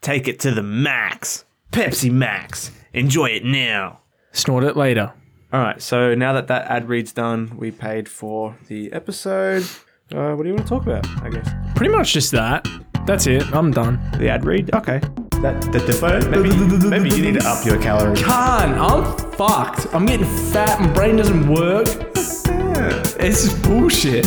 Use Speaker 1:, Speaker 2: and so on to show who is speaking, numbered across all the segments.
Speaker 1: Take it to the max. Pepsi Max. Enjoy it now.
Speaker 2: Snort it later.
Speaker 3: All right. So now that that ad read's done, we paid for the episode. Uh, what do you want to talk about? I guess
Speaker 2: Pretty much just that. That's it. I'm done.
Speaker 3: the ad read. Okay.
Speaker 4: That the deferred. Maybe, maybe you need to up your calories.
Speaker 2: Can't. I'm fucked. I'm getting fat. My brain doesn't work. This is bullshit.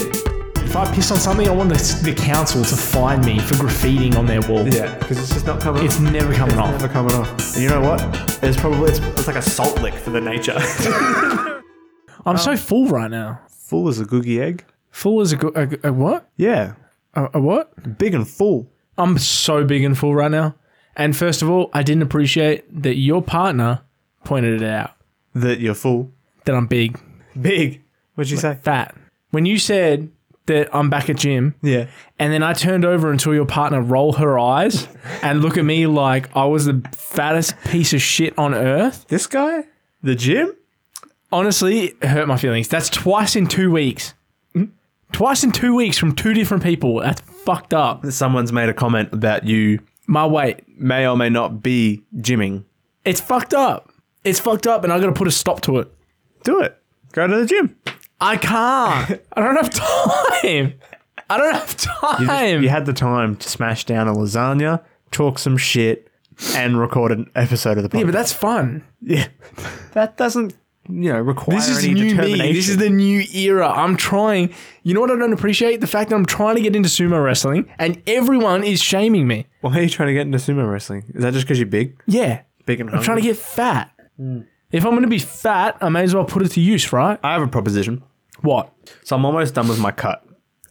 Speaker 2: If I piss on something, I want the, the council to find me for graffitiing on their wall.
Speaker 4: Yeah, because it's just not coming.
Speaker 2: It's never coming off.
Speaker 4: never coming off. And you know what? It's probably it's, it's like a salt lick for the nature.
Speaker 2: I'm so full right now.
Speaker 3: Full as a googie egg.
Speaker 2: Full as a, go- a, a what?
Speaker 3: Yeah.
Speaker 2: A, a what?
Speaker 3: Big and full.
Speaker 2: I'm so big and full right now. And first of all, I didn't appreciate that your partner pointed it out
Speaker 3: That you're full.
Speaker 2: that I'm big,
Speaker 3: Big. What'd you say?
Speaker 2: fat. When you said that I'm back at gym,
Speaker 3: Yeah.
Speaker 2: And then I turned over and saw your partner roll her eyes and look at me like I was the fattest piece of shit on earth.
Speaker 3: This guy. The gym.
Speaker 2: Honestly, it hurt my feelings. That's twice in two weeks. Twice in two weeks from two different people. That's fucked up.
Speaker 3: Someone's made a comment about you
Speaker 2: My weight.
Speaker 3: may or may not be gymming.
Speaker 2: It's fucked up. It's fucked up, and I gotta put a stop to it.
Speaker 3: Do it. Go to the gym.
Speaker 2: I can't. I don't have time. I don't have time.
Speaker 3: You had the time to smash down a lasagna, talk some shit, and record an episode of the
Speaker 2: yeah,
Speaker 3: podcast.
Speaker 2: but that's fun.
Speaker 3: that doesn't, you know, require
Speaker 2: This is
Speaker 3: any
Speaker 2: new me.
Speaker 3: determination.
Speaker 2: This is the new era. I'm trying. You know what I don't appreciate? The fact that I'm trying to get into sumo wrestling and everyone is shaming me.
Speaker 3: Why are you trying to get into sumo wrestling? Is that just because you're big,
Speaker 2: Yeah.
Speaker 3: big and
Speaker 2: I'm trying to get fat.
Speaker 3: Mm.
Speaker 2: If I'm going to be fat, I may as well put it to use, right?
Speaker 3: I have a proposition.
Speaker 2: What?
Speaker 3: So I'm almost done with my cut.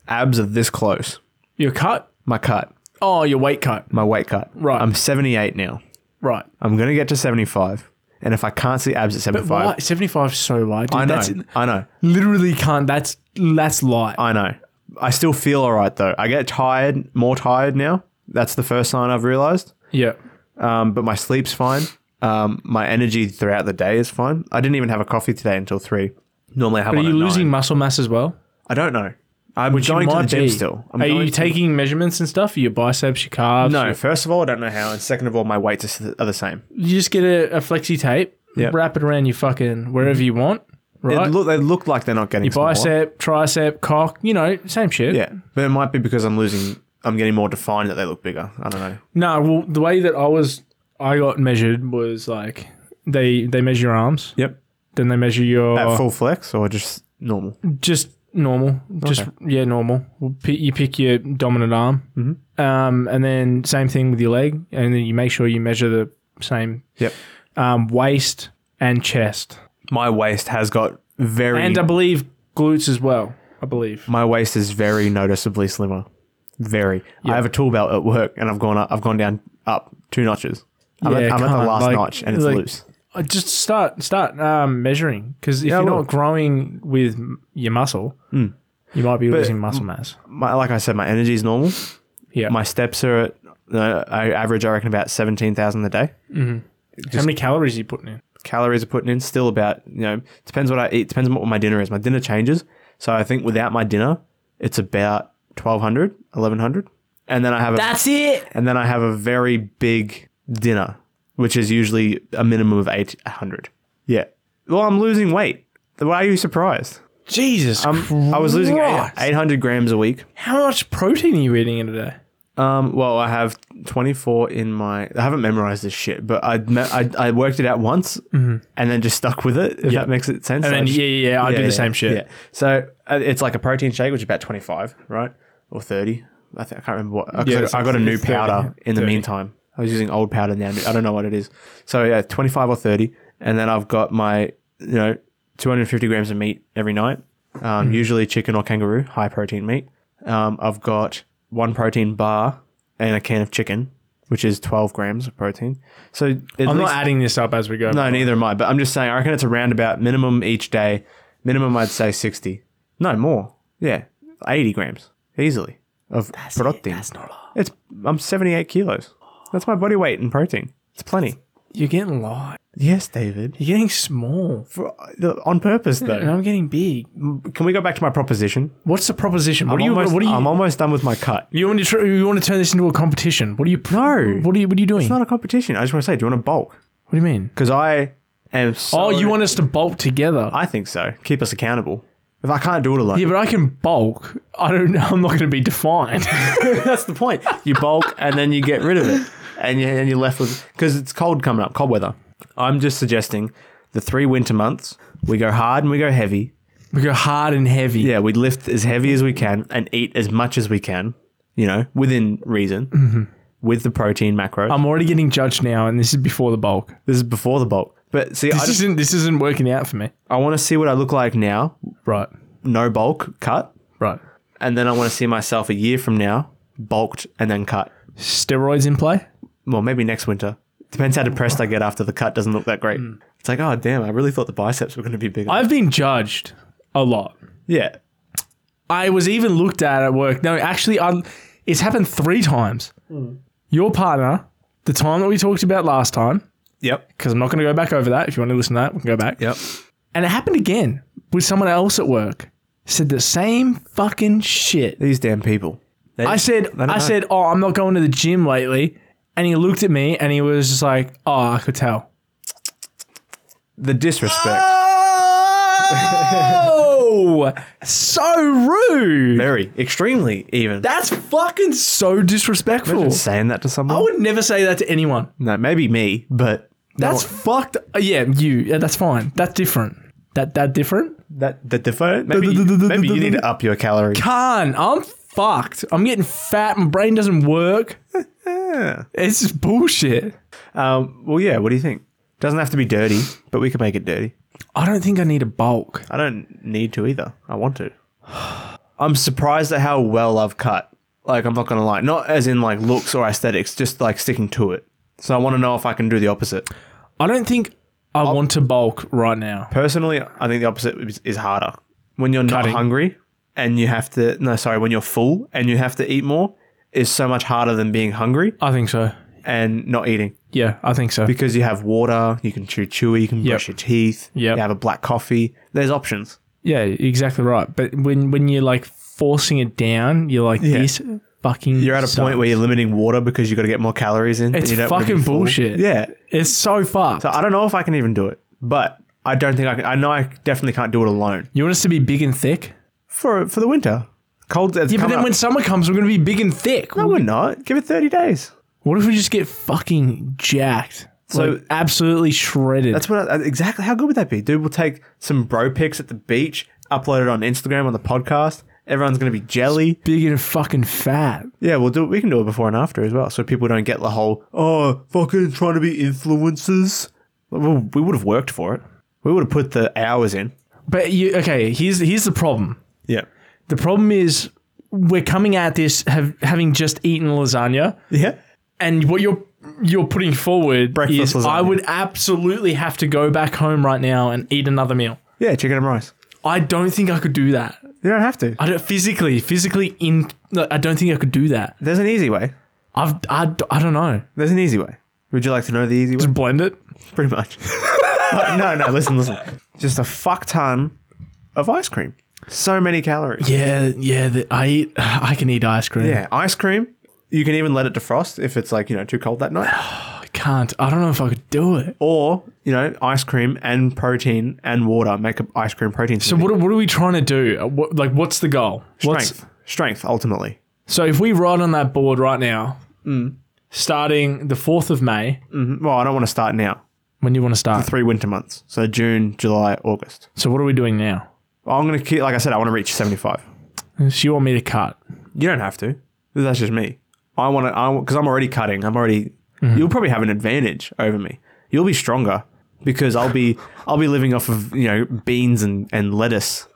Speaker 3: Abs are this close.
Speaker 2: Your cut?
Speaker 3: My cut,
Speaker 2: Oh, your weight cut.
Speaker 3: my weight cut.
Speaker 2: Right.
Speaker 3: I'm 78 now.
Speaker 2: Right.
Speaker 3: I'm gonna get to 75, and if I can't see abs at 75,
Speaker 2: Why? 75 is so wide. Dude.
Speaker 3: I know,
Speaker 2: That's,
Speaker 3: I know,
Speaker 2: literally can't. That's, that's light.
Speaker 3: I know. I still feel all right though. I get tired, more tired now. That's the first sign I've realized.
Speaker 2: yeah.
Speaker 3: um, but my sleep's fine. Um, my energy throughout the day is fine. I didn't even have a coffee today until three. Normally, I have
Speaker 2: Are
Speaker 3: one.
Speaker 2: you
Speaker 3: at
Speaker 2: losing
Speaker 3: Nine.
Speaker 2: muscle mass as well?
Speaker 3: I don't know. I'm
Speaker 2: You
Speaker 3: going to the
Speaker 2: might
Speaker 3: gym
Speaker 2: be.
Speaker 3: still. I'm
Speaker 2: Are
Speaker 3: going
Speaker 2: you
Speaker 3: to-
Speaker 2: taking measurements and stuff? Your biceps, your calves?
Speaker 3: No.
Speaker 2: your-
Speaker 3: First of all, I don't know how, and second of all, my weights are s- are the same.
Speaker 2: you just get a, a flexi tape,
Speaker 3: Yep. Mm-hmm.
Speaker 2: wrap it around your fucking wherever you want,
Speaker 3: They
Speaker 2: right?
Speaker 3: look, they look like they're not getting
Speaker 2: your
Speaker 3: smaller.
Speaker 2: bicep, tricep, cock, you know, same shit.
Speaker 3: Yeah, but it might be because I'm losing. I'm getting more defined that they look bigger. I don't know.
Speaker 2: No, well, the way that I was, I got measured was like they they measure your arms,
Speaker 3: Yep.
Speaker 2: then they measure your
Speaker 3: At full flex or just normal.
Speaker 2: just normal, just yeah, normal. Well, pi- You pick your dominant arm, mm-hmm. um, and then same thing with your leg, and then you make sure you measure the same
Speaker 3: Yep.
Speaker 2: um, waist and chest,
Speaker 3: My waist has got very.
Speaker 2: and I believe glutes as well. I believe.
Speaker 3: my waist is very noticeably slimmer. Very. I have a tool belt at work, and I've gone up, I've gone down up two notches. I'm, at,
Speaker 2: Yeah,
Speaker 3: I'm at the
Speaker 2: can't,
Speaker 3: last
Speaker 2: like-
Speaker 3: notch, and it's
Speaker 2: like-
Speaker 3: loose.
Speaker 2: Uh, just start start um, measuring because if
Speaker 3: I
Speaker 2: you're
Speaker 3: will. Hmm.
Speaker 2: not growing with m- your muscle, you might be losing muscle mass.
Speaker 3: My, like I said, my energy is normal.
Speaker 2: Yeah.
Speaker 3: My steps are at uh, I average, I reckon, about seventeen thousand a day.
Speaker 2: How many calories are you putting in?
Speaker 3: Calories are putting in still about you know depends what I eat, depends on what my dinner is. My dinner changes, so I think without my dinner, it's about 1,200, 1,100. and then I have a,
Speaker 2: it.
Speaker 3: and then I have a very big dinner, which is usually a minimum of eight hundred. Yeah. Well, I'm losing weight. Why are you surprised?
Speaker 2: Jesus,
Speaker 3: I'm, I was losing
Speaker 2: Christ.
Speaker 3: eight hundred grams a week.
Speaker 2: Um, how much protein are you eating in a day?
Speaker 3: Um, well, I have twenty four in my. I haven't memorized this shit, but I me- I, I worked it out once and then just stuck with it. If that makes it sense.
Speaker 2: Mm-hmm. And
Speaker 3: I
Speaker 2: then
Speaker 3: just-
Speaker 2: yeah, yeah, yeah, I do the same shit.
Speaker 3: Yeah. So uh, it's like a protein shake, which is about 25, right? Or 30. I, think, I can't remember what. 'cause
Speaker 2: Yeah,
Speaker 3: I-
Speaker 2: it's
Speaker 3: I got a
Speaker 2: like
Speaker 3: new
Speaker 2: 30,
Speaker 3: powder in the
Speaker 2: 30.
Speaker 3: meantime. I was using old powder now. I don't know what it is. So yeah, 25 or 30. And then I've got my, you know, 250 grams of meat every night,
Speaker 2: Mm-hmm.
Speaker 3: um, usually chicken or kangaroo, high protein meat. Um, I've got one protein bar and a can of chicken, which is 12 grams of protein. So at
Speaker 2: I'm
Speaker 3: least-
Speaker 2: not adding this up as we go.
Speaker 3: no, neither am I. But I'm just saying, I reckon it's around about minimum each day. Minimum, I'd say 60. No, more. Yeah, 80 grams easily of protein. That's not It's I'm 78 kilos. That's my body weight in protein. It's plenty.
Speaker 2: You're getting light.
Speaker 3: Yes, David.
Speaker 2: You're getting small.
Speaker 3: For, on purpose,
Speaker 2: And
Speaker 3: though.
Speaker 2: I'm getting big.
Speaker 3: Can we go back to my proposition?
Speaker 2: What's the proposition? What
Speaker 3: I'm
Speaker 2: do you?
Speaker 3: Almost,
Speaker 2: what do you?
Speaker 3: I'm almost done with my cut.
Speaker 2: you want to? Tr- you want to turn this into a competition? What do you?
Speaker 3: No.
Speaker 2: What are you? What are you doing?
Speaker 3: It's not a competition. I just want to say, do you want to bulk?
Speaker 2: what do you mean?
Speaker 3: Because I am. So,
Speaker 2: Oh, you want us to bulk together?
Speaker 3: I think so. Keep us accountable. If I can't do it alone,
Speaker 2: yeah, but I can bulk. I don't. I'm not going to be defined.
Speaker 3: that's the point. You bulk and then you get rid of it, and you and you're left with because it's cold coming up, cold weather. I'm just suggesting the three winter months. We go hard and we go heavy.
Speaker 2: we go hard and heavy.
Speaker 3: Yeah, we lift as heavy as we can and eat as much as we can. You know, within reason, with the protein macros.
Speaker 2: I'm already getting judged now, and this is before the bulk.
Speaker 3: this is before the bulk, but see, I
Speaker 2: This
Speaker 3: just
Speaker 2: isn't. This isn't working out for me.
Speaker 3: I want to see what I look like now,
Speaker 2: Right.
Speaker 3: no bulk cut,
Speaker 2: Right.
Speaker 3: and then I want to see myself a year from now, bulked and then cut.
Speaker 2: Steroids in play.
Speaker 3: well, maybe next winter. Depends how depressed I get after the cut doesn't look that great.
Speaker 2: Hmm.
Speaker 3: It's like, oh damn, I really thought the biceps were going to be bigger.
Speaker 2: I've been judged a lot.
Speaker 3: yeah,
Speaker 2: I was even looked at at work. No, actually, I, it's happened three times. Your partner, the time that we talked about last time,
Speaker 3: yep,
Speaker 2: because I'm not going to go back over that. If you want to listen to that, we can go back.
Speaker 3: yep.
Speaker 2: And it happened again with someone else at work. Said the same fucking shit.
Speaker 3: These damn people. They-
Speaker 2: I said,
Speaker 3: don't
Speaker 2: I,
Speaker 3: know.
Speaker 2: said, oh, I'm not going to the gym lately. And he looked at me and he was just like, oh, I could tell.
Speaker 3: the disrespect.
Speaker 2: Ah! Oh, so rude.
Speaker 3: Very, extremely, even.
Speaker 2: That's fucking so disrespectful.
Speaker 3: Imagine saying that to
Speaker 2: I
Speaker 3: someone.
Speaker 2: would never say that to anyone.
Speaker 3: no, maybe me, but
Speaker 2: That's fucked. uh, Yeah, you. Yeah, that's fine. That's different. That that different.
Speaker 3: that the defer. Maybe, maybe you need to up your calorie.
Speaker 2: Can't. I'm fucked. I'm getting fat. My brain doesn't work. It's just bullshit.
Speaker 3: Um, well, yeah. What do you think? Doesn't have to be dirty, but we can make it dirty.
Speaker 2: I don't think I need a bulk.
Speaker 3: I don't need to either. I want to. I'm surprised at how well I've cut. Like, I'm not going to lie. Not as in like looks or aesthetics, just like sticking to it. So I want to know if I can do the opposite.
Speaker 2: I don't think I want to bulk right now.
Speaker 3: Personally, I think the opposite is, is harder. When you're
Speaker 2: Cutting.
Speaker 3: not hungry and you have to, no, sorry, when you're full and you have to eat more is so much harder than being hungry
Speaker 2: I think so.
Speaker 3: and not eating
Speaker 2: Yeah, I think so.
Speaker 3: because you have water, you can chew chewy, you can brush your teeth,
Speaker 2: Yep.
Speaker 3: you have a black coffee. There's options.
Speaker 2: yeah, exactly right. But when when you're like forcing it down, you're like this fucking.
Speaker 3: You're at a point where you're limiting water because you've got to get more calories in. and
Speaker 2: It's
Speaker 3: you don't wanna be
Speaker 2: fucking
Speaker 3: full.
Speaker 2: bullshit.
Speaker 3: Yeah.
Speaker 2: it's so fucked.
Speaker 3: So I don't know if I can even do it, but I don't think I can. I know I definitely can't do it alone
Speaker 2: you want us to be big and thick?
Speaker 3: for for the winter. Cold. It's
Speaker 2: Yeah, but
Speaker 3: coming
Speaker 2: then
Speaker 3: up.
Speaker 2: when summer comes, we're gonna be big and thick.
Speaker 3: no, we're not. Give it thirty days.
Speaker 2: What if we just get fucking jacked? So
Speaker 3: So-
Speaker 2: absolutely shredded.
Speaker 3: That's what I, exactly. How good would that be, dude? We'll take some bro pics at the beach, upload it on Instagram on the podcast. Everyone's gonna be jelly.
Speaker 2: big and fucking fat.
Speaker 3: Yeah, we'll do. it. We can do it before and after as well, so people don't get the whole oh fucking trying to be influencers. Well, we would have worked for it. We would have put the hours in.
Speaker 2: But you okay? Here's here's the problem.
Speaker 3: Yeah.
Speaker 2: The problem is we're coming at this have, having just eaten lasagna,
Speaker 3: Yeah.
Speaker 2: and what you're you're putting forward
Speaker 3: Breakfast
Speaker 2: is
Speaker 3: lasagna.
Speaker 2: I would absolutely have to go back home right now and eat another meal.
Speaker 3: Yeah, chicken and rice.
Speaker 2: I don't think I could do that.
Speaker 3: You don't have to.
Speaker 2: I don't physically, physically in. I don't think I could do that.
Speaker 3: There's an easy way.
Speaker 2: I've I, I don't know.
Speaker 3: There's an easy way. Would you like to know the easy way?
Speaker 2: Blend it.
Speaker 3: Pretty much. no, no, no, listen, listen. Just a fuck ton of ice cream. So many calories.
Speaker 2: Yeah, yeah. The, I eat. I can eat ice cream.
Speaker 3: Yeah, ice cream. You can even let it defrost if it's like, you know, too cold that night.
Speaker 2: I can't. I don't know if I could do it.
Speaker 3: Or, you know, ice cream and protein and water make an ice cream protein.
Speaker 2: So what? are- What are we trying to do? Uh, What, like, what's the goal? What's,
Speaker 3: strength. Strength, ultimately.
Speaker 2: so if we ride on that board right now,
Speaker 3: Mm.
Speaker 2: starting the fourth of May,
Speaker 3: Mhm. Well, I don't want to start now.
Speaker 2: when do you want to start?
Speaker 3: Three winter months. So June, July, August.
Speaker 2: So what are we doing now?
Speaker 3: I'm going to keep, like I said, I want to reach 75.
Speaker 2: So you want me to cut?
Speaker 3: You don't have to. That's just me. I want to. I because I'm already cutting. I'm already.
Speaker 2: Mm-hmm.
Speaker 3: You'll probably have an advantage over me. You'll be stronger because I'll be. I'll be living off of you know beans and and lettuce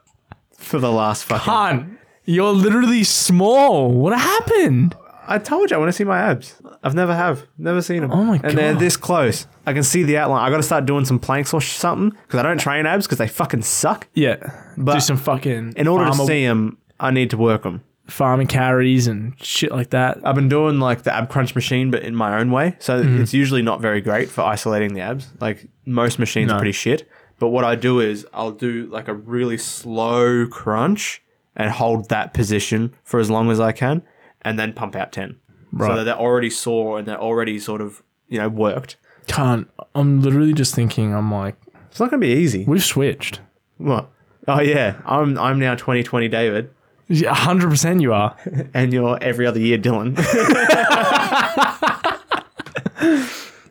Speaker 3: for the last fucking.
Speaker 2: Han, you're literally small. What happened?
Speaker 3: I told you I want to see my abs. I've never have never seen them.
Speaker 2: Oh my
Speaker 3: And they're
Speaker 2: God.
Speaker 3: this close. I can see the outline. I got to start doing some planks or sh- something because I don't train abs because they fucking suck.
Speaker 2: Yeah, do some fucking
Speaker 3: In order to
Speaker 2: farmer-
Speaker 3: see them, I need to work them.
Speaker 2: farming carries and shit like that.
Speaker 3: I've been Mm. doing like the ab crunch machine, but in my own way. So it's usually not very great for isolating the abs. Like most machines
Speaker 2: No.
Speaker 3: are pretty shit. But what I do is I'll do like a really slow crunch and hold that position for as long as I can, and then pump out ten.
Speaker 2: Right.
Speaker 3: So that they're already sore and they're already sort of you know worked.
Speaker 2: Can't. I'm literally just thinking. I'm like,
Speaker 3: It's not gonna be easy.
Speaker 2: we've switched.
Speaker 3: What? Oh yeah, I'm I'm now 2020 David,
Speaker 2: Yeah, hundred percent. You are.
Speaker 3: and you're every other year Dylan.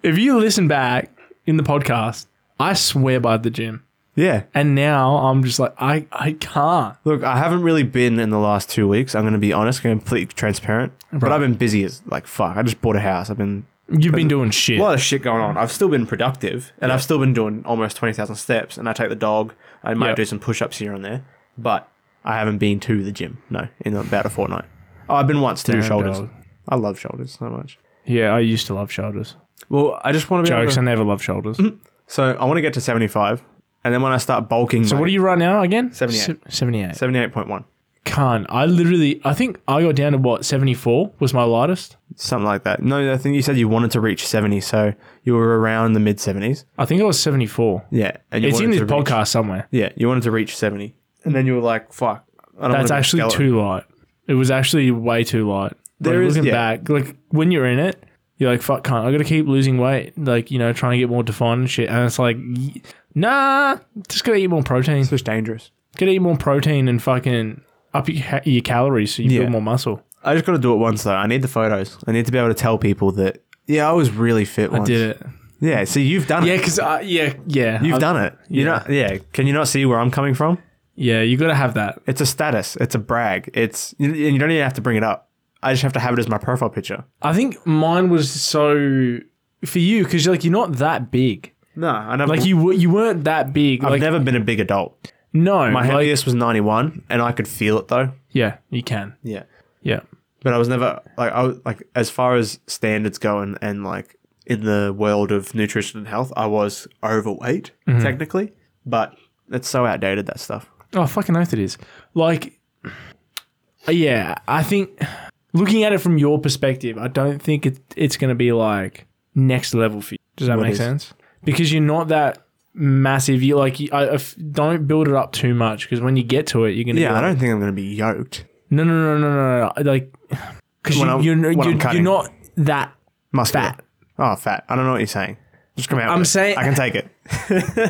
Speaker 2: If you listen back in the podcast, I swear by the gym,
Speaker 3: yeah.
Speaker 2: and now I'm just like, I I can't.
Speaker 3: Look, I haven't really been in the last two weeks. I'm gonna be honest, completely transparent. But I've been busy as like fuck. I just bought a house. I've been
Speaker 2: You've been doing shit.
Speaker 3: a lot of shit going on. I've still been productive, and I've still been doing almost twenty thousand steps. And I take the dog. I might
Speaker 2: Yeah.
Speaker 3: do some push-ups here and there, but I haven't been to the gym. No, in about a fortnight. Oh, I've been once to do
Speaker 2: Damn
Speaker 3: shoulders.
Speaker 2: dog.
Speaker 3: I love shoulders so much.
Speaker 2: Yeah, I used to love shoulders.
Speaker 3: Well, I just want to be able
Speaker 2: Jokes.
Speaker 3: to-
Speaker 2: I never love shoulders.
Speaker 3: So I want to get to 75, and then when I start bulking,
Speaker 2: So what are you right now again?
Speaker 3: 78.
Speaker 2: Se- 78.
Speaker 3: 78.1,
Speaker 2: Can't. I literally. I think I got down to what seventy four was my lightest.
Speaker 3: something like that. No, I think you said you wanted to reach 70, so you were around the mid 70s.
Speaker 2: I think I was seventy four.
Speaker 3: Yeah, and you
Speaker 2: It's in
Speaker 3: wanted
Speaker 2: this
Speaker 3: to reach-
Speaker 2: podcast somewhere.
Speaker 3: Yeah, you wanted to reach 70, and then you were like, "Fuck." I don't
Speaker 2: That's
Speaker 3: wanna be a
Speaker 2: actually
Speaker 3: skeleton.
Speaker 2: too light. It was actually way too light.
Speaker 3: There
Speaker 2: like,
Speaker 3: is-
Speaker 2: looking
Speaker 3: yeah.
Speaker 2: back, like when you're in it, you're like, fuck, can't. I got to keep losing weight, like you know, trying to get more defined and shit. And it's like, y- nah, just gotta eat more protein.
Speaker 3: It's just dangerous.
Speaker 2: Gotta eat more protein and fucking up your, ca- your calories so you
Speaker 3: Yeah.
Speaker 2: build more muscle.
Speaker 3: I just got to do it once though. I need the photos. I need to be able to tell people that. Yeah, I was really fit. Once.
Speaker 2: Did it?
Speaker 3: Yeah. See, you've done
Speaker 2: Yeah,
Speaker 3: it.
Speaker 2: because uh, yeah, yeah,
Speaker 3: You've
Speaker 2: I've-
Speaker 3: done it. You know. Yeah. Can you not see where I'm coming from?
Speaker 2: Yeah, you gotta have that.
Speaker 3: It's a status. It's a brag. It's you, you don't even have to bring it up. I just have to have it as my profile picture.
Speaker 2: I think mine was so for you because you're like you're not that big.
Speaker 3: No, I never,
Speaker 2: Like you w- you weren't that big.
Speaker 3: I've
Speaker 2: like
Speaker 3: never been a big adult.
Speaker 2: no,
Speaker 3: My
Speaker 2: like-
Speaker 3: heaviest was 91, and I could feel it though.
Speaker 2: yeah, you can.
Speaker 3: Yeah,
Speaker 2: Yeah,
Speaker 3: but I was never like I was, like as far as standards go, and, and like in the world of nutrition and health, I was overweight
Speaker 2: Mm-hmm.
Speaker 3: technically, but it's so outdated that stuff.
Speaker 2: Oh, fucking oath it is. Like, yeah, I think looking at it from your perspective, I don't think it, it's going to be like next level for you. Does that
Speaker 3: What
Speaker 2: make
Speaker 3: is?
Speaker 2: sense? Because you're not that massive. You like, I, I f- don't build it up too much because when you get to it, you're going to
Speaker 3: Yeah, I don't think I'm gonna be yoked,
Speaker 2: No, no, no, no, no, no. Like, because you,
Speaker 3: When
Speaker 2: you're,
Speaker 3: I'm-
Speaker 2: you're,
Speaker 3: when I'm
Speaker 2: you're,
Speaker 3: cutting.
Speaker 2: not that.
Speaker 3: muscular.
Speaker 2: Fat.
Speaker 3: Oh, fat. I don't know what you're saying. Just come out.
Speaker 2: I'm
Speaker 3: with it.
Speaker 2: saying-
Speaker 3: I can take it.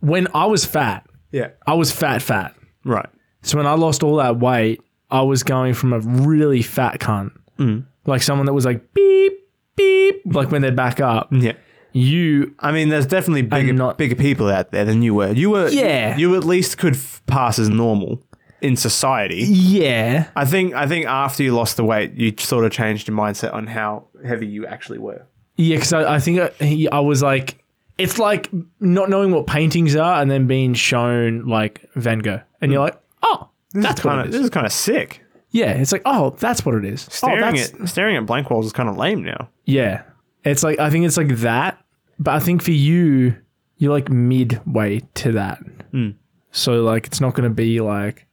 Speaker 2: When I was fat,
Speaker 3: Yeah.
Speaker 2: I was fat, fat.
Speaker 3: Right.
Speaker 2: So when I lost all that weight, I was going from a really fat cunt,
Speaker 3: Mm.
Speaker 2: like someone that was like beep beep, like when they back up.
Speaker 3: Yeah.
Speaker 2: You
Speaker 3: I mean, there's definitely bigger
Speaker 2: not-
Speaker 3: bigger people out there than you were. You were,
Speaker 2: Yeah.
Speaker 3: You, at least could f- pass as normal in society.
Speaker 2: yeah
Speaker 3: I think. I think after you lost the weight, you sort of changed your mindset on how heavy you actually were.
Speaker 2: yeah because I, I think I, I was like it's like not knowing what paintings are and then being shown like Van Gogh and you're like oh that's what
Speaker 3: Kind
Speaker 2: it
Speaker 3: of.
Speaker 2: is.
Speaker 3: Mm. This is kind of sick.
Speaker 2: yeah it's like oh that's what it is oh,
Speaker 3: Staring
Speaker 2: that's-
Speaker 3: at staring at blank walls is kind of lame now.
Speaker 2: Yeah. It's like I think it's like that, but I think for you, you're like midway to that.
Speaker 3: Hmm.
Speaker 2: So like it's not going to be like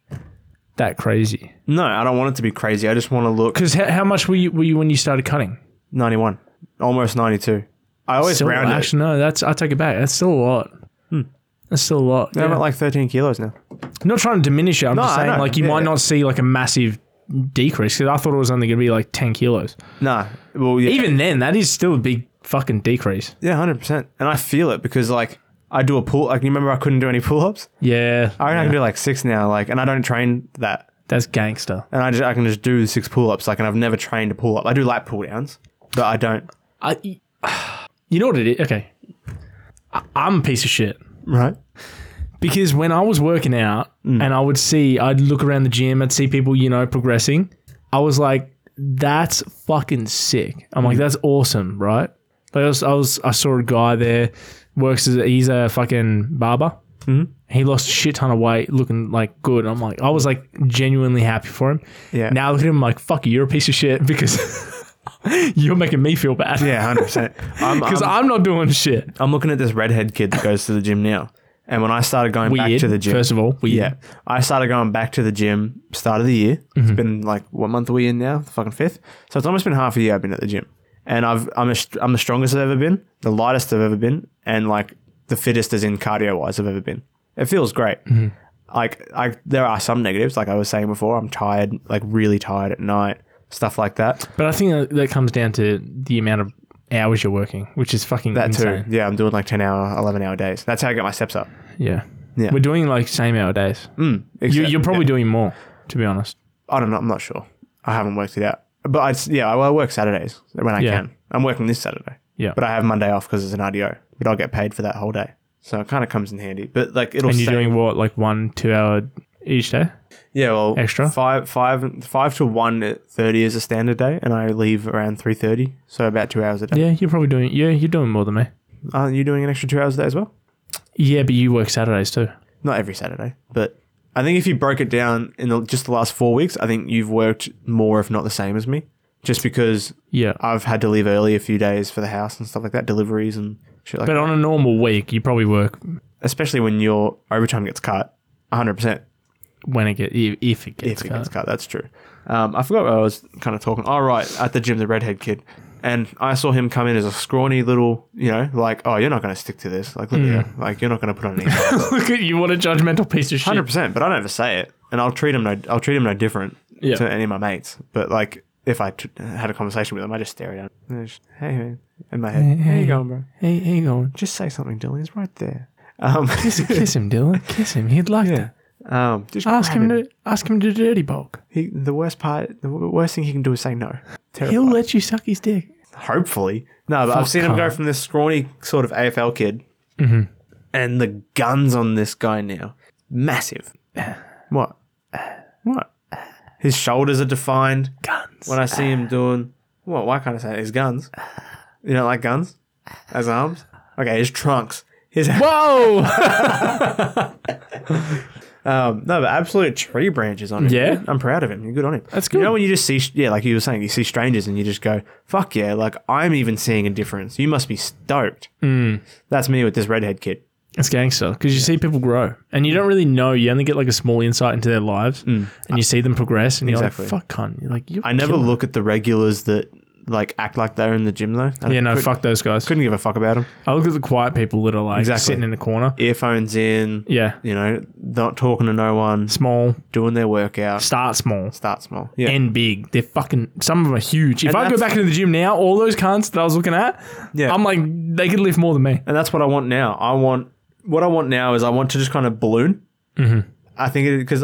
Speaker 2: that crazy.
Speaker 3: No, I don't want it to be crazy. I just want to look
Speaker 2: Because how, how much were you were you when you started cutting?
Speaker 3: 91, almost 92. I always
Speaker 2: Still,
Speaker 3: round it.
Speaker 2: actually, no, that's I take it back. That's still a lot.
Speaker 3: Hmm.
Speaker 2: That's still a lot.
Speaker 3: I'm
Speaker 2: Yeah.
Speaker 3: at like 13 kilos now.
Speaker 2: I'm not trying to diminish it. I'm just
Speaker 3: I
Speaker 2: saying
Speaker 3: know.
Speaker 2: like you
Speaker 3: Yeah,
Speaker 2: might
Speaker 3: yeah.
Speaker 2: not see like a massive decrease because I thought it was only going to be like ten kilos.
Speaker 3: Nah. Well, yeah.
Speaker 2: Even then, that is still a big fucking decrease.
Speaker 3: yeah, 100%. And I feel it because like I do a pull. Like you remember, I couldn't do any pull-ups.
Speaker 2: Yeah,
Speaker 3: I reckon I can do like six now. Like, and I don't train that.
Speaker 2: that's gangster.
Speaker 3: and I, just, I can just do six pull ups. Like, and I've never trained a pull up. I do lat pull downs, but I don't.
Speaker 2: I, you know what it is? Okay. I, I'm a piece of shit.
Speaker 3: Right.
Speaker 2: Because when I was working out
Speaker 3: Hmm.
Speaker 2: and I would see, I'd look around the gym, I'd see people, you know, progressing. I was like, that's fucking sick. I'm
Speaker 3: Hmm.
Speaker 2: like, that's awesome, right? Like I, was, I was, I saw a guy there, works as a, he's a fucking barber. Mm-hmm.
Speaker 3: Hmm.
Speaker 2: He lost a shit ton of weight, looking like good. I'm like, I was like genuinely happy for him.
Speaker 3: Yeah.
Speaker 2: Now I look at him I'm like, fuck you, you're a piece of shit because you're making me feel bad.
Speaker 3: Yeah, hundred percent. I'm,
Speaker 2: Because
Speaker 3: I'm,
Speaker 2: I'm not doing shit.
Speaker 3: I'm looking at this redhead kid that goes to the gym now, and when I started going back to the gym,
Speaker 2: First of all, weird.
Speaker 3: yeah, I started going back to the gym start of the year.
Speaker 2: Mm-hmm.
Speaker 3: It's been like what month are we in now? The fucking fifth. So it's almost been half a year I've been at the gym, and I've I'm a, I'm the strongest I've ever been, the lightest I've ever been, and like the fittest as in cardio wise I've ever been. It feels great.
Speaker 2: Mm-hmm.
Speaker 3: Like I, there are some negatives, like I was saying before. I'm tired, like really tired at night, stuff like that.
Speaker 2: But I think that, that comes down to the amount of hours you're working, which is fucking
Speaker 3: That
Speaker 2: insane.
Speaker 3: too. Yeah, I'm doing like ten hour, eleven hour days. That's how I get my steps up.
Speaker 2: Yeah.
Speaker 3: Yeah.
Speaker 2: We're doing like same hour days. you,
Speaker 3: Except-
Speaker 2: you're probably
Speaker 3: yeah.
Speaker 2: doing more, to be honest.
Speaker 3: I don't know. I'm not sure. I haven't worked it out. But I s yeah, I, I work Saturdays when I
Speaker 2: Yeah.
Speaker 3: can. I'm working this Saturday.
Speaker 2: Yeah.
Speaker 3: But I have Monday off because it's an RDO. But I'll get paid for that whole day. So it kind of comes in handy. But like it'll
Speaker 2: and you're
Speaker 3: save-
Speaker 2: doing what, like one, two hour each day?
Speaker 3: yeah, well,
Speaker 2: extra?
Speaker 3: five five five to one thirty is a standard day, and I leave around three thirty, so about two hours a day.
Speaker 2: Yeah, you're probably doing, yeah, you're doing more than me.
Speaker 3: Aren't you doing an extra two hours a day as well?
Speaker 2: Yeah, but you work Saturdays too.
Speaker 3: Not every Saturday, but I think if you broke it down in the, just the last four weeks, I think you've worked more, if not the same, as me. Just because
Speaker 2: Yeah.
Speaker 3: I've had to leave early a few days for the house and stuff like that, deliveries and shit like
Speaker 2: but on a normal week, you probably work
Speaker 3: Especially when your overtime gets cut, 100%
Speaker 2: when it gets, if, if it
Speaker 3: if
Speaker 2: gets
Speaker 3: it
Speaker 2: cut.
Speaker 3: gets cut. That's true. Um, I forgot what I was kind of talking. Oh, right. At the gym, the redhead kid. And I saw him come in as a scrawny little, you know, like, oh, you're not going to stick to this. Like, look
Speaker 2: Mm.
Speaker 3: at you. Like, you're not going to put on any.
Speaker 2: Look at you, what a judgmental piece of shit.
Speaker 3: hundred percent. But I don't ever say it, and I'll treat him no. I'll treat him no different
Speaker 2: Yeah.
Speaker 3: to any of my mates. But like, if I t- had a conversation with him, I just stare at him. And I just, hey, man, in my head, how you going, bro?
Speaker 2: Hey, hey, going.
Speaker 3: Just say something, Dylan. He's right there. Um,
Speaker 2: Kiss, kiss him, Dylan. Kiss him. He'd like
Speaker 3: yeah.
Speaker 2: to.
Speaker 3: Um, just
Speaker 2: Ask
Speaker 3: grab
Speaker 2: him to ask him to dirty bulk.
Speaker 3: He, the worst part, the w- worst thing he can do is say no.
Speaker 2: He'll
Speaker 3: Terrible.
Speaker 2: let you suck his dick.
Speaker 3: Hopefully, no. But I've seen him go
Speaker 2: cunt.
Speaker 3: from this scrawny sort of AFL kid, Mm-hmm. and the guns on this guy now, massive. What? What? His shoulders are defined.
Speaker 2: Guns.
Speaker 3: when I see him doing well, why can't I say it? his guns? You don't like guns as arms? Okay, his trunks. His
Speaker 2: Whoa!
Speaker 3: um, no, but absolute tree branches on him.
Speaker 2: Yeah?
Speaker 3: dude. I'm proud of him. You're good on him.
Speaker 2: That's
Speaker 3: You know
Speaker 2: good.
Speaker 3: when you just see, yeah, like you were saying, you see strangers and you just go, "Fuck yeah!" Like I'm even seeing a difference. You must be stoked.
Speaker 2: Hmm.
Speaker 3: That's me with this redhead kid.
Speaker 2: It's gangster because you see people grow and you don't really know. You only get like a small insight into their lives and you see them progress and you're
Speaker 3: Mm. Exactly.
Speaker 2: like, fuck, cunt. You're like, you
Speaker 3: I never look at the regulars that like act like they're in the gym though. I
Speaker 2: Yeah, no,
Speaker 3: couldn't,
Speaker 2: fuck those guys.
Speaker 3: couldn't give a fuck about them.
Speaker 2: I look at the quiet people that are like
Speaker 3: Exactly.
Speaker 2: sitting in the corner.
Speaker 3: Earphones in.
Speaker 2: Yeah.
Speaker 3: You know, not talking to no one,
Speaker 2: Small,
Speaker 3: doing their workout.
Speaker 2: start small
Speaker 3: Start small. Yeah.
Speaker 2: and big. They're fucking, some of them are huge. If I go
Speaker 3: that's-
Speaker 2: back into the gym now, all those cunts that I was looking at,
Speaker 3: Yeah.
Speaker 2: I'm like, they could lift more than me.
Speaker 3: and that's what I want now. I want what I want now is I want to just kind of balloon. Mm-hmm. I think because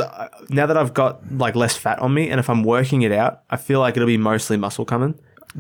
Speaker 3: now that I've got like less fat on me, and if I'm working it out, I feel like it'll be mostly muscle coming,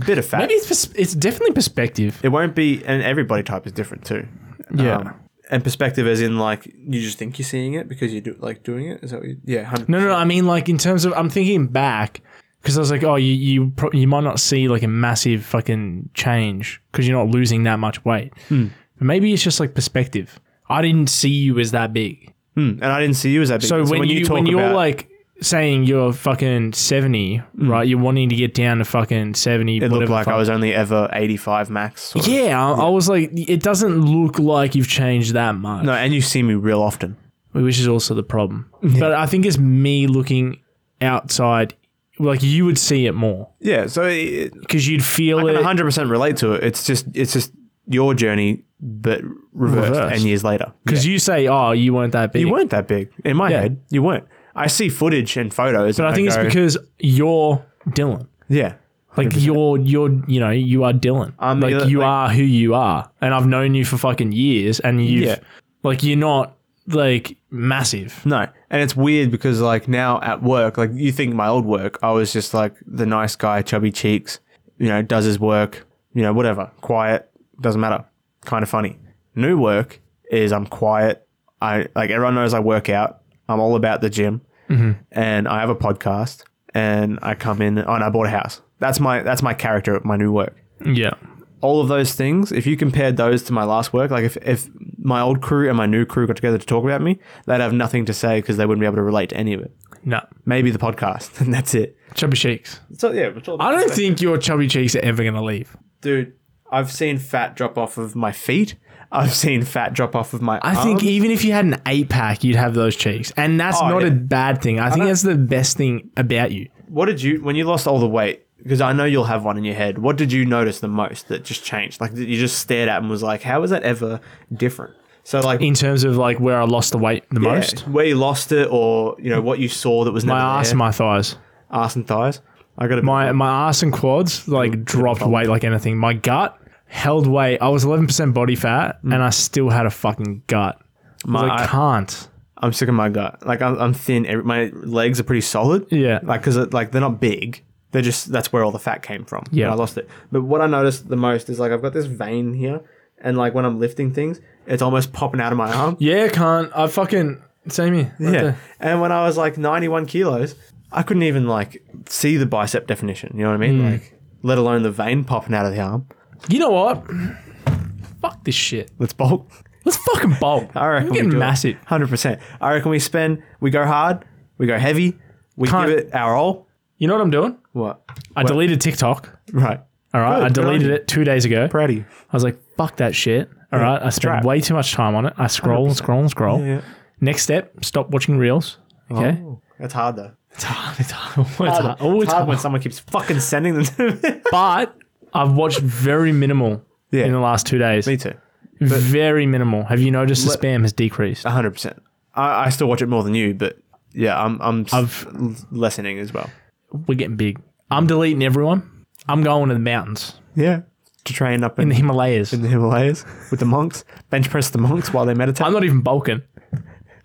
Speaker 3: bit of fat.
Speaker 2: Maybe it's, pers- it's definitely perspective.
Speaker 3: It won't be, and every body type is different too. Um,
Speaker 2: Yeah.
Speaker 3: and perspective, as in like you just think you're seeing it because you do like doing it. Is that what you, yeah? 100
Speaker 2: No, no, no. I mean, like in terms of, I'm thinking back because I was like, oh, you you pro- you might not see like a massive fucking change because you're not losing that much weight. But maybe it's just like perspective. I didn't see you as that big.
Speaker 3: Mm, And I didn't see you as that big.
Speaker 2: So, when, you, when you're
Speaker 3: about-
Speaker 2: like saying you're fucking seventy, right? You're wanting to get down to fucking seventy.
Speaker 3: it
Speaker 2: whatever
Speaker 3: looked
Speaker 2: the
Speaker 3: like
Speaker 2: fuck.
Speaker 3: I was only ever 85 max. sort of.
Speaker 2: Yeah, I, I was like, it doesn't look like you've changed that much.
Speaker 3: No, and you see me real often.
Speaker 2: which is also the problem. But I think it's me looking outside. Like you would see it more
Speaker 3: Yeah. So it,
Speaker 2: because you'd feel
Speaker 3: I
Speaker 2: it.
Speaker 3: can 100 percent relate to it. It's just it's just your journey, but reversed,
Speaker 2: Reversed.
Speaker 3: and years later.
Speaker 2: Because you say, "Oh, you weren't that big,"
Speaker 3: You weren't that big in my head. You weren't. I see footage and photos,
Speaker 2: but I think it's because you're Dylan.
Speaker 3: yeah,
Speaker 2: Like you're you're you know you are Dylan.
Speaker 3: I'm
Speaker 2: like
Speaker 3: the-
Speaker 2: you
Speaker 3: like-
Speaker 2: are who you are, and I've known you for fucking years, and you
Speaker 3: Yeah.
Speaker 2: have like you're not like massive.
Speaker 3: no, and it's weird because like now at work, like you think my old work, I was just like the nice guy, chubby cheeks, you know, does his work, you know, whatever, quiet, doesn't matter, kind of funny. New work is I'm quiet. I like everyone knows I work out. I'm all about the gym. and I have a podcast and I come in oh, and I bought a house. That's my that's my character at my new work.
Speaker 2: Yeah,
Speaker 3: All of those things, if you compared those to my last work, like if, if my old crew and my new crew got together to talk about me, they'd have nothing to say because they wouldn't be able to relate to any of it.
Speaker 2: no
Speaker 3: Maybe the podcast, and that's it.
Speaker 2: chubby cheeks.
Speaker 3: So yeah,
Speaker 2: I don't think your chubby cheeks are ever gonna leave.
Speaker 3: dude. I've seen fat drop off of my feet. I've seen fat drop off of my.
Speaker 2: I think even if you had an eight pack, you'd have those cheeks, and that's
Speaker 3: Oh,
Speaker 2: not
Speaker 3: yeah.
Speaker 2: a bad thing. I think that's the best thing about you.
Speaker 3: What did you when you lost all the weight? Because I know you'll have one in your head. What did you notice the most that just changed? Like that you just stared at and was like, "How was that ever different?" So like
Speaker 2: in terms of like where I lost the weight the
Speaker 3: yeah,
Speaker 2: most.
Speaker 3: where you lost it, or you know what you saw that was never
Speaker 2: My ass
Speaker 3: there.
Speaker 2: and my thighs.
Speaker 3: ass and thighs. I got a
Speaker 2: My my ass and quads like dropped weight like anything. My gut held weight. I was 11% body fat and I still had a fucking gut. I was
Speaker 3: My-
Speaker 2: like, can't.
Speaker 3: I'm sick of my gut. Like I'm, I'm thin. Every, my legs are pretty solid.
Speaker 2: Yeah.
Speaker 3: Like because like they're not big. They're just that's where all the fat came from.
Speaker 2: Yeah.
Speaker 3: And I lost it. But what I noticed the most is like I've got this vein here, and like when I'm lifting things, it's almost popping out of my arm.
Speaker 2: Yeah, can't. I fucking same here. Right
Speaker 3: Yeah.
Speaker 2: there.
Speaker 3: And when I was like 91 kilos, I couldn't even like see the bicep definition. You know what I
Speaker 2: Hmm.
Speaker 3: mean? Like, let alone the vein popping out of the arm.
Speaker 2: You know what? Fuck this shit.
Speaker 3: Let's bulk.
Speaker 2: Let's fucking bulk.
Speaker 3: I reckon
Speaker 2: I'm
Speaker 3: we
Speaker 2: getting
Speaker 3: do
Speaker 2: massive.
Speaker 3: Hundred percent. I reckon we spend. We go hard. We go heavy. We
Speaker 2: Can't-
Speaker 3: give it our all.
Speaker 2: You know what I'm doing?
Speaker 3: What?
Speaker 2: I deleted TikTok.
Speaker 3: Right.
Speaker 2: All right.
Speaker 3: Good,
Speaker 2: I
Speaker 3: good on
Speaker 2: deleted
Speaker 3: you.
Speaker 2: it two days ago.
Speaker 3: Proud of you.
Speaker 2: I was like, fuck that shit. All right. I spent
Speaker 3: right.
Speaker 2: way too much time on it. I scroll and scroll and scroll.
Speaker 3: Yeah. Oh,
Speaker 2: Next step, stop watching reels. Okay.
Speaker 3: That's hard though.
Speaker 2: It's hard. It's hard. It's hard. Oh, it's hard.
Speaker 3: when someone keeps fucking sending them to me.
Speaker 2: But I've watched very minimal
Speaker 3: Yeah.
Speaker 2: in the last two days.
Speaker 3: me too.
Speaker 2: very minimal. Have you noticed the spam has decreased?
Speaker 3: hundred percent. I, I still watch it more than you, but yeah, I'm I'm I've, lessening as well.
Speaker 2: We're getting big. I'm deleting everyone. I'm going to the mountains,
Speaker 3: Yeah. To train up in,
Speaker 2: the Himalayas.
Speaker 3: the Himalayas with the monks, bench press the monks while they meditate.
Speaker 2: I'm not even bulking.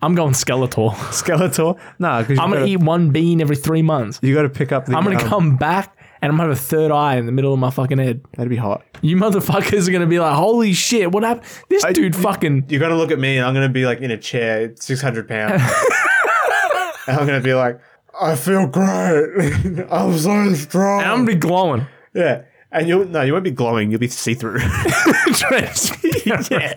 Speaker 2: I'm going Skeletor.
Speaker 3: Skeletor. No, because
Speaker 2: I'm gonna
Speaker 3: you
Speaker 2: eat one bean every three months.
Speaker 3: got to pick up. The,
Speaker 2: I'm gonna
Speaker 3: um,
Speaker 2: come back and I'm gonna have a third eye in the middle of my fucking head.
Speaker 3: That'd be hot.
Speaker 2: You motherfuckers are gonna be like, "Holy shit, what happened?" This dude fucking
Speaker 3: You're gonna look at me, and I'm gonna be like in a chair, six hundred pounds, and I'm gonna be like, I feel great. I'm so strong.
Speaker 2: I'm gonna be glowing.
Speaker 3: yeah. And you'll no, you won't be glowing. You'll be see through.
Speaker 2: yeah.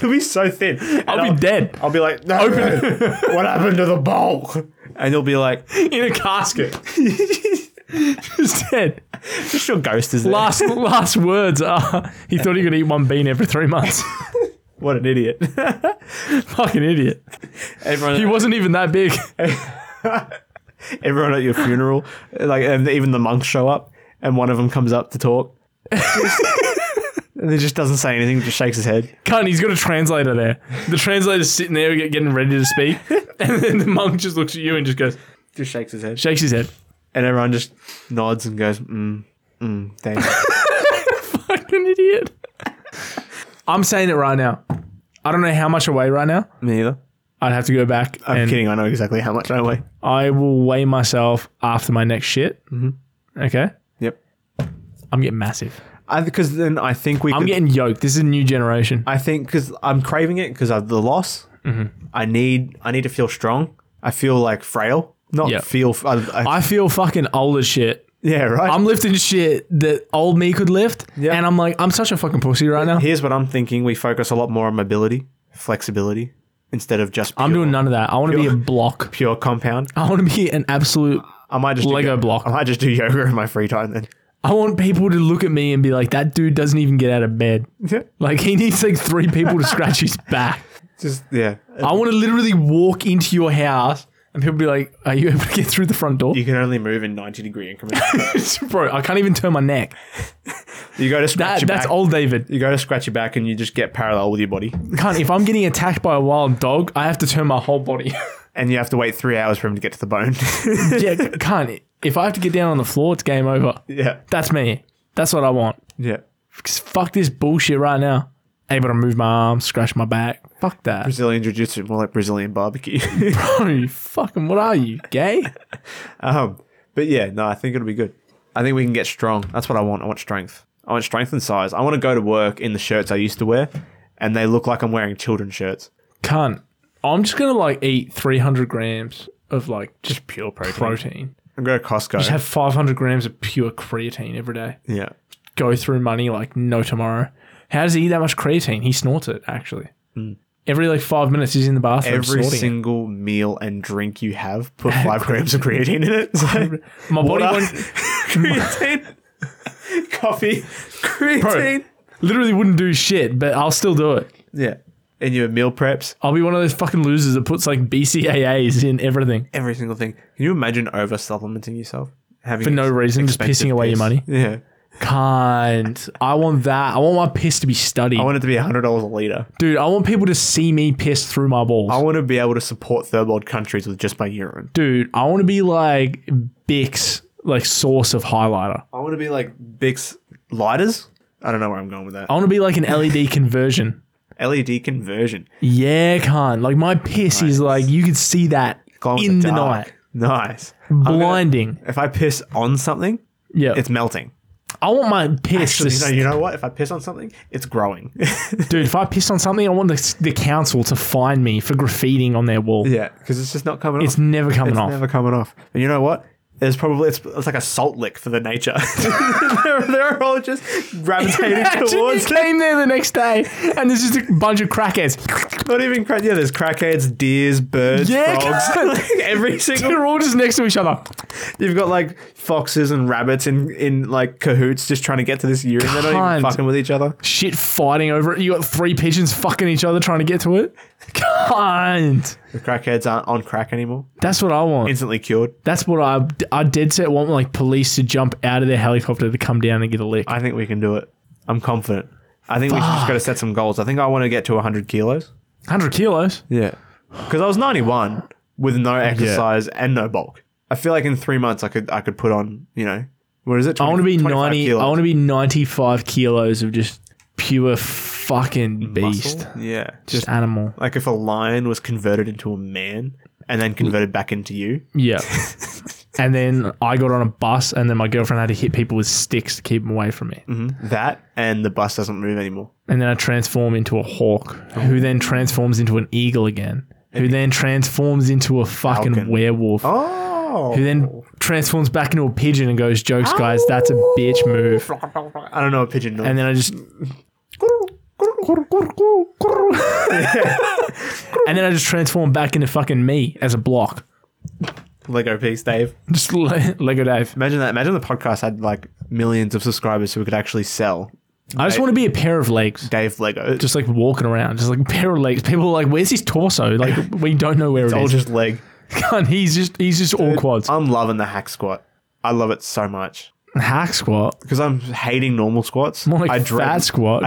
Speaker 3: You'll be so thin. And
Speaker 2: I'll be dead
Speaker 3: I'll be like, no, no, what happened to the bulk? And you'll be like,
Speaker 2: in a casket. Just dead.
Speaker 3: just your ghost is there.
Speaker 2: Last last words are he thought he could eat one bean every three months.
Speaker 3: What an idiot.
Speaker 2: fucking idiot.
Speaker 3: Everyone,
Speaker 2: He wasn't even that big.
Speaker 3: everyone at your funeral, like, and even the monks show up, and one of them comes up to talk. and he just doesn't say anything, just shakes his head.
Speaker 2: Cunt, he's got a translator there. The translator's sitting there get- getting ready to speak, and then the monk just looks at you and just goes,
Speaker 3: Just shakes his head.
Speaker 2: shakes his head.
Speaker 3: And everyone just nods and goes, mm, mm, thanks.
Speaker 2: Fucking idiot. I'm saying it right now. I don't know how much I weigh right now.
Speaker 3: Me either.
Speaker 2: I'd have to go back.
Speaker 3: I'm
Speaker 2: and
Speaker 3: kidding, I know exactly how much I weigh.
Speaker 2: I will weigh myself after my next shit.
Speaker 3: Mm-hmm.
Speaker 2: Okay.
Speaker 3: Yep.
Speaker 2: I'm getting massive.
Speaker 3: Because then I think we
Speaker 2: I'm
Speaker 3: could-
Speaker 2: getting yoked. This is a new generation.
Speaker 3: I think because I'm craving it because of the loss.
Speaker 2: Mm-hmm.
Speaker 3: I need I need to feel strong. I feel like frail. Not
Speaker 2: Yeah.
Speaker 3: feel. I, I-
Speaker 2: I feel fucking old as shit.
Speaker 3: yeah, right.
Speaker 2: I'm lifting shit that old me could lift. And I'm like, I'm such a fucking pussy right now.
Speaker 3: Here's what I'm thinking: we focus a lot more on mobility, flexibility, instead of just. Pure,
Speaker 2: I'm doing none of that. I want to be a
Speaker 3: Pure.
Speaker 2: block.
Speaker 3: pure compound.
Speaker 2: I want to be an absolute.
Speaker 3: I might just do
Speaker 2: Lego
Speaker 3: yo-
Speaker 2: block.
Speaker 3: I might just do yoga in my free time then.
Speaker 2: I want people to look at me and be like, that dude doesn't even get out of bed. Like, he needs like three people to scratch his back.
Speaker 3: Just yeah.
Speaker 2: I want to literally walk into your house and people be like, are you able to get through the front door?
Speaker 3: You can only move in 90 degree increments.
Speaker 2: Bro, I can't even turn my neck.
Speaker 3: you go to scratch
Speaker 2: That,
Speaker 3: your
Speaker 2: that's
Speaker 3: back.
Speaker 2: old David.
Speaker 3: You go to scratch your back and you just get parallel with your body,
Speaker 2: Can't, if I'm getting attacked by a wild dog, I have to turn my whole body.
Speaker 3: and you have to wait three hours for him to get to the bone.
Speaker 2: yeah, can't. If I have to get down on the floor, it's game over.
Speaker 3: yeah,
Speaker 2: That's me. That's what I want.
Speaker 3: yeah.
Speaker 2: 'Cause fuck this bullshit right now. Able to move my arms, scratch my back. Fuck that.
Speaker 3: Brazilian jiu jitsu, more like Brazilian barbecue.
Speaker 2: Bro, you fucking, what are you, gay?
Speaker 3: Um, but yeah, no, I think it'll be good. I think we can get strong. That's what I want. I want strength. I want strength and size. I want to go to work in the shirts I used to wear, and they look like I'm wearing children's shirts.
Speaker 2: Can't. I'm just going to like eat 300 grams of like just
Speaker 3: Just pure protein.
Speaker 2: protein.
Speaker 3: I'm going to Costco.
Speaker 2: Just have 500 grams of pure creatine every day.
Speaker 3: yeah,
Speaker 2: Go through money like no tomorrow. How does he eat that much creatine? He snorts it, actually. Every like five minutes, he's in the bathroom
Speaker 3: Hmm. every
Speaker 2: snorting it.
Speaker 3: single meal and drink you have, put five grams of creatine in it. It's like
Speaker 2: My body
Speaker 3: water,
Speaker 2: won't,
Speaker 3: creatine, coffee, creatine.
Speaker 2: literally wouldn't do shit, but I'll still do it.
Speaker 3: Yeah, and your meal preps,
Speaker 2: I'll be one of those fucking losers that puts like BCAAs in everything
Speaker 3: every single thing. Can you imagine over supplementing yourself? Having
Speaker 2: for no reason, just
Speaker 3: expensive
Speaker 2: pissing away your
Speaker 3: piss?
Speaker 2: money.
Speaker 3: Yeah.
Speaker 2: Can't. I want that. I want my piss to be studied.
Speaker 3: I want it to be hundred dollars a liter.
Speaker 2: Dude, I want people to see me piss through my balls.
Speaker 3: I want to be able to support third world countries with just my urine.
Speaker 2: Dude, I want to be like Bix, like source of highlighter.
Speaker 3: I want to be like Bix lighters. I don't know where I'm going with that.
Speaker 2: I want to be like an LED conversion.
Speaker 3: LED conversion.
Speaker 2: Yeah, can't. Like my piss is like you could see that
Speaker 3: Glow
Speaker 2: in the, night,
Speaker 3: dark. Nice.
Speaker 2: blinding.
Speaker 3: If I piss on something,
Speaker 2: yeah,
Speaker 3: it's melting.
Speaker 2: I want my piss.
Speaker 3: Actually,
Speaker 2: to,
Speaker 3: no, you know what? If I piss on something, it's growing.
Speaker 2: Dude, if I pissed on something, I want the, the council to find me for graffiting on their wall.
Speaker 3: yeah, because it's just not coming
Speaker 2: It's
Speaker 3: off.
Speaker 2: never coming
Speaker 3: it's
Speaker 2: off.
Speaker 3: never coming off. And you know what? There's probably it's, it's like a salt lick for the nature. they're, they're all just gravitating
Speaker 2: Imagine you
Speaker 3: towards.
Speaker 2: came there the next day and there's just a bunch of crackheads.
Speaker 3: Not even cra- yeah. There's crackheads, deers, birds,
Speaker 2: Yeah,
Speaker 3: frogs. Like, every single
Speaker 2: They're all just next to each other.
Speaker 3: You've got like foxes and rabbits in in like cahoots, just trying to get to this urine. They're not
Speaker 2: Cunt.
Speaker 3: even fucking with each other.
Speaker 2: Shit fighting over it. You got three pigeons fucking each other trying to get to it. Can't.
Speaker 3: The crackheads aren't on crack anymore.
Speaker 2: That's what I want.
Speaker 3: Instantly cured.
Speaker 2: That's what I I dead set want like police to jump out of their helicopter to come down and get a lick.
Speaker 3: I think we can do it. I'm confident. I think we we just got to set some goals. I think I want to get to 100 kilos.
Speaker 2: 100 kilos.
Speaker 3: Yeah, because I was 91 with no exercise and no bulk. I feel like in three months I could I could put on you know what is it?
Speaker 2: I want to be
Speaker 3: 25
Speaker 2: 90.
Speaker 3: kilos.
Speaker 2: I want to be 95 kilos of just pure fucking beast.
Speaker 3: Muscle? Yeah,
Speaker 2: Just animal.
Speaker 3: like if a lion was converted into a man and then converted back into you.
Speaker 2: Yeah. and then I got on a bus, and then my girlfriend had to hit people with sticks to keep them away from me.
Speaker 3: Mm-hmm. That and the bus doesn't move anymore.
Speaker 2: And then I transform into a hawk, who then transforms into an eagle again, who then transforms into a fucking
Speaker 3: Falcon.
Speaker 2: werewolf,
Speaker 3: Oh.
Speaker 2: who then transforms back into a pigeon and goes, Jokes, guys, that's a bitch move.
Speaker 3: I don't know a pigeon noise.
Speaker 2: And then I just. and then I just transform back into fucking me as a block.
Speaker 3: Lego piece, Dave.
Speaker 2: Just Le- Lego Dave.
Speaker 3: Imagine that. Imagine the podcast had like millions of subscribers who we could actually sell
Speaker 2: I just want to be a pair of legs.
Speaker 3: Dave Lego. Just
Speaker 2: just like walking around, just like a pair of legs. People are like, "Where's his torso?" Like we don't know where it
Speaker 3: all
Speaker 2: is.
Speaker 3: just leg.
Speaker 2: Cunt, he's just he's just all quads.
Speaker 3: I'm loving the hack squat. I love it so much
Speaker 2: Hack squat,
Speaker 3: because I'm hating normal squats.
Speaker 2: more like
Speaker 3: I dread.
Speaker 2: fat squat.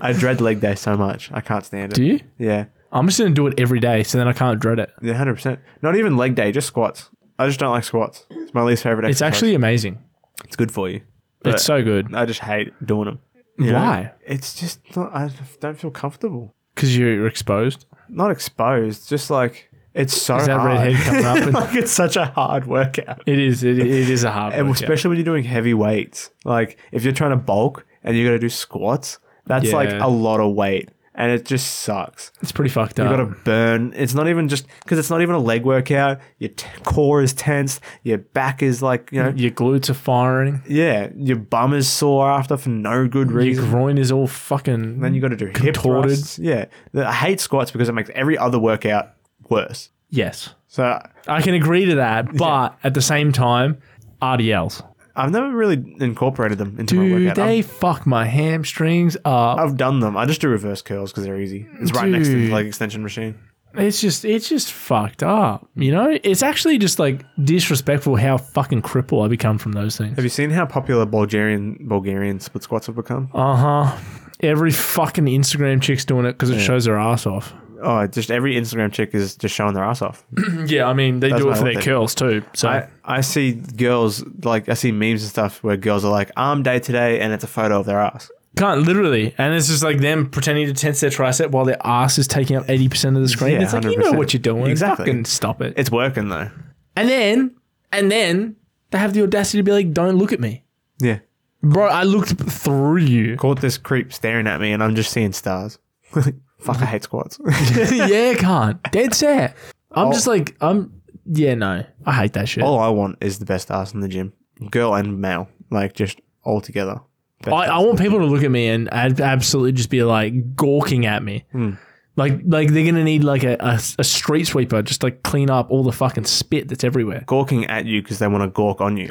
Speaker 3: I dread leg day so much. I can't stand it.
Speaker 2: Do you?
Speaker 3: Yeah.
Speaker 2: I'm just gonna do it every day, so then I can't dread it.
Speaker 3: Yeah. Hundred percent. Not even leg day. Just squats. I just don't like squats. It's my least favorite.
Speaker 2: It's
Speaker 3: exercise.
Speaker 2: actually amazing.
Speaker 3: it's good for you.
Speaker 2: It's so good.
Speaker 3: I just hate doing them.
Speaker 2: Why?
Speaker 3: It's just not. I don't feel comfortable.
Speaker 2: Because you're exposed.
Speaker 3: not exposed, just like it's so
Speaker 2: Is that
Speaker 3: hard.
Speaker 2: redhead coming up? And-
Speaker 3: like it's such a hard workout,
Speaker 2: it is. It, it is a hard.
Speaker 3: and
Speaker 2: workout.
Speaker 3: especially when you're doing heavy weights. Like if you're trying to bulk and you got to do squats, that's like
Speaker 2: Yeah.
Speaker 3: a lot of weight, and it just sucks.
Speaker 2: It's pretty fucked
Speaker 3: You
Speaker 2: up.
Speaker 3: got to burn. It's not even just because it's not even a leg workout. Your t- core is tense. Your back is like you know.
Speaker 2: Your glutes are firing.
Speaker 3: Yeah, your bum is sore after for no good
Speaker 2: Your
Speaker 3: reason.
Speaker 2: groin is all fucking.
Speaker 3: then you got to do hip
Speaker 2: Contorted.
Speaker 3: thrusts. Yeah, The- I hate squats because it makes every other workout worse.
Speaker 2: yes,
Speaker 3: So
Speaker 2: I can agree to that, but at the same time, RDLs.
Speaker 3: I've never really incorporated them into my
Speaker 2: Dude,
Speaker 3: workout.
Speaker 2: they
Speaker 3: I've,
Speaker 2: fuck my hamstrings up.
Speaker 3: I've done them. I just do reverse curls because they're easy. It's right next to the
Speaker 2: Dude.
Speaker 3: leg extension machine.
Speaker 2: It's just, it's just fucked up. You know, it's actually just like disrespectful how fucking crippled I become from those things.
Speaker 3: Have you seen how popular Bulgarian Bulgarian split squats have become?
Speaker 2: Uh huh. Every fucking Instagram chick's doing it because it shows their ass off.
Speaker 3: Oh, just every Instagram chick is just showing their ass off.
Speaker 2: Yeah, I mean they do
Speaker 3: my
Speaker 2: it for their
Speaker 3: thing.
Speaker 2: curls too. So
Speaker 3: I, I see girls like I see memes and stuff where girls are like arm day today, and it's a photo of their ass.
Speaker 2: can't literally, and it's just like them pretending to tense their tricep while their ass is taking up eighty percent of the screen.
Speaker 3: Yeah,
Speaker 2: it's like you know
Speaker 3: 100%.
Speaker 2: what you're doing.
Speaker 3: Exactly.
Speaker 2: Fucking stop it.
Speaker 3: It's working though.
Speaker 2: And then, and then they have the audacity to be like, "Don't look at me,
Speaker 3: Yeah,
Speaker 2: bro. I looked through you."
Speaker 3: caught this creep staring at me, and I'm just seeing stars. Fuck, I hate squats.
Speaker 2: yeah, can't. Dead set.
Speaker 3: Oh.
Speaker 2: I'm just like, I'm. Yeah, no, I hate that shit.
Speaker 3: All I want is the best ass in the gym, girl and male, like just all together. Best
Speaker 2: I, I want people to look at me and ad- absolutely just be like gawking at me.
Speaker 3: Hmm.
Speaker 2: Like, like they're gonna need like a, a, a street sweeper just like clean up all the fucking spit that's everywhere.
Speaker 3: gawking at you because they want to gawk on you.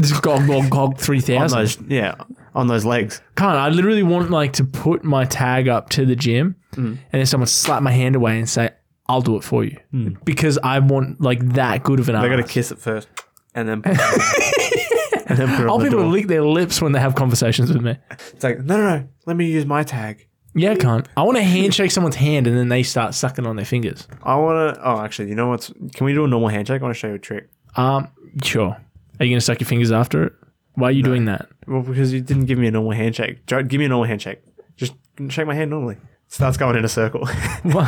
Speaker 2: Just gog gog gog three
Speaker 3: on
Speaker 2: thousand.
Speaker 3: those, yeah, on those legs.
Speaker 2: Can't. I literally want like to put my tag up to the gym,
Speaker 3: Hmm.
Speaker 2: and then someone slap my hand away and say, "I'll do it for you,"
Speaker 3: Hmm.
Speaker 2: because I want like that good of an.
Speaker 3: They got to
Speaker 2: ass.
Speaker 3: kiss it first, and then then put it
Speaker 2: I'll
Speaker 3: on the
Speaker 2: people
Speaker 3: door.
Speaker 2: lick their lips when they have conversations with me.
Speaker 3: It's like, no, no, no. Let me use my tag.
Speaker 2: Yeah, can't. I want to handshake someone's hand and then they start sucking on their fingers.
Speaker 3: I want to. Oh, actually, you know what's? Can we do a normal handshake? I want to show you a trick.
Speaker 2: Um, sure. Are you going to suck your fingers after it? Why are you doing that?
Speaker 3: Well, because you didn't give me a normal handshake. Joe, give me a normal handshake. Just shake my hand normally. Starts going in a circle.
Speaker 2: Why,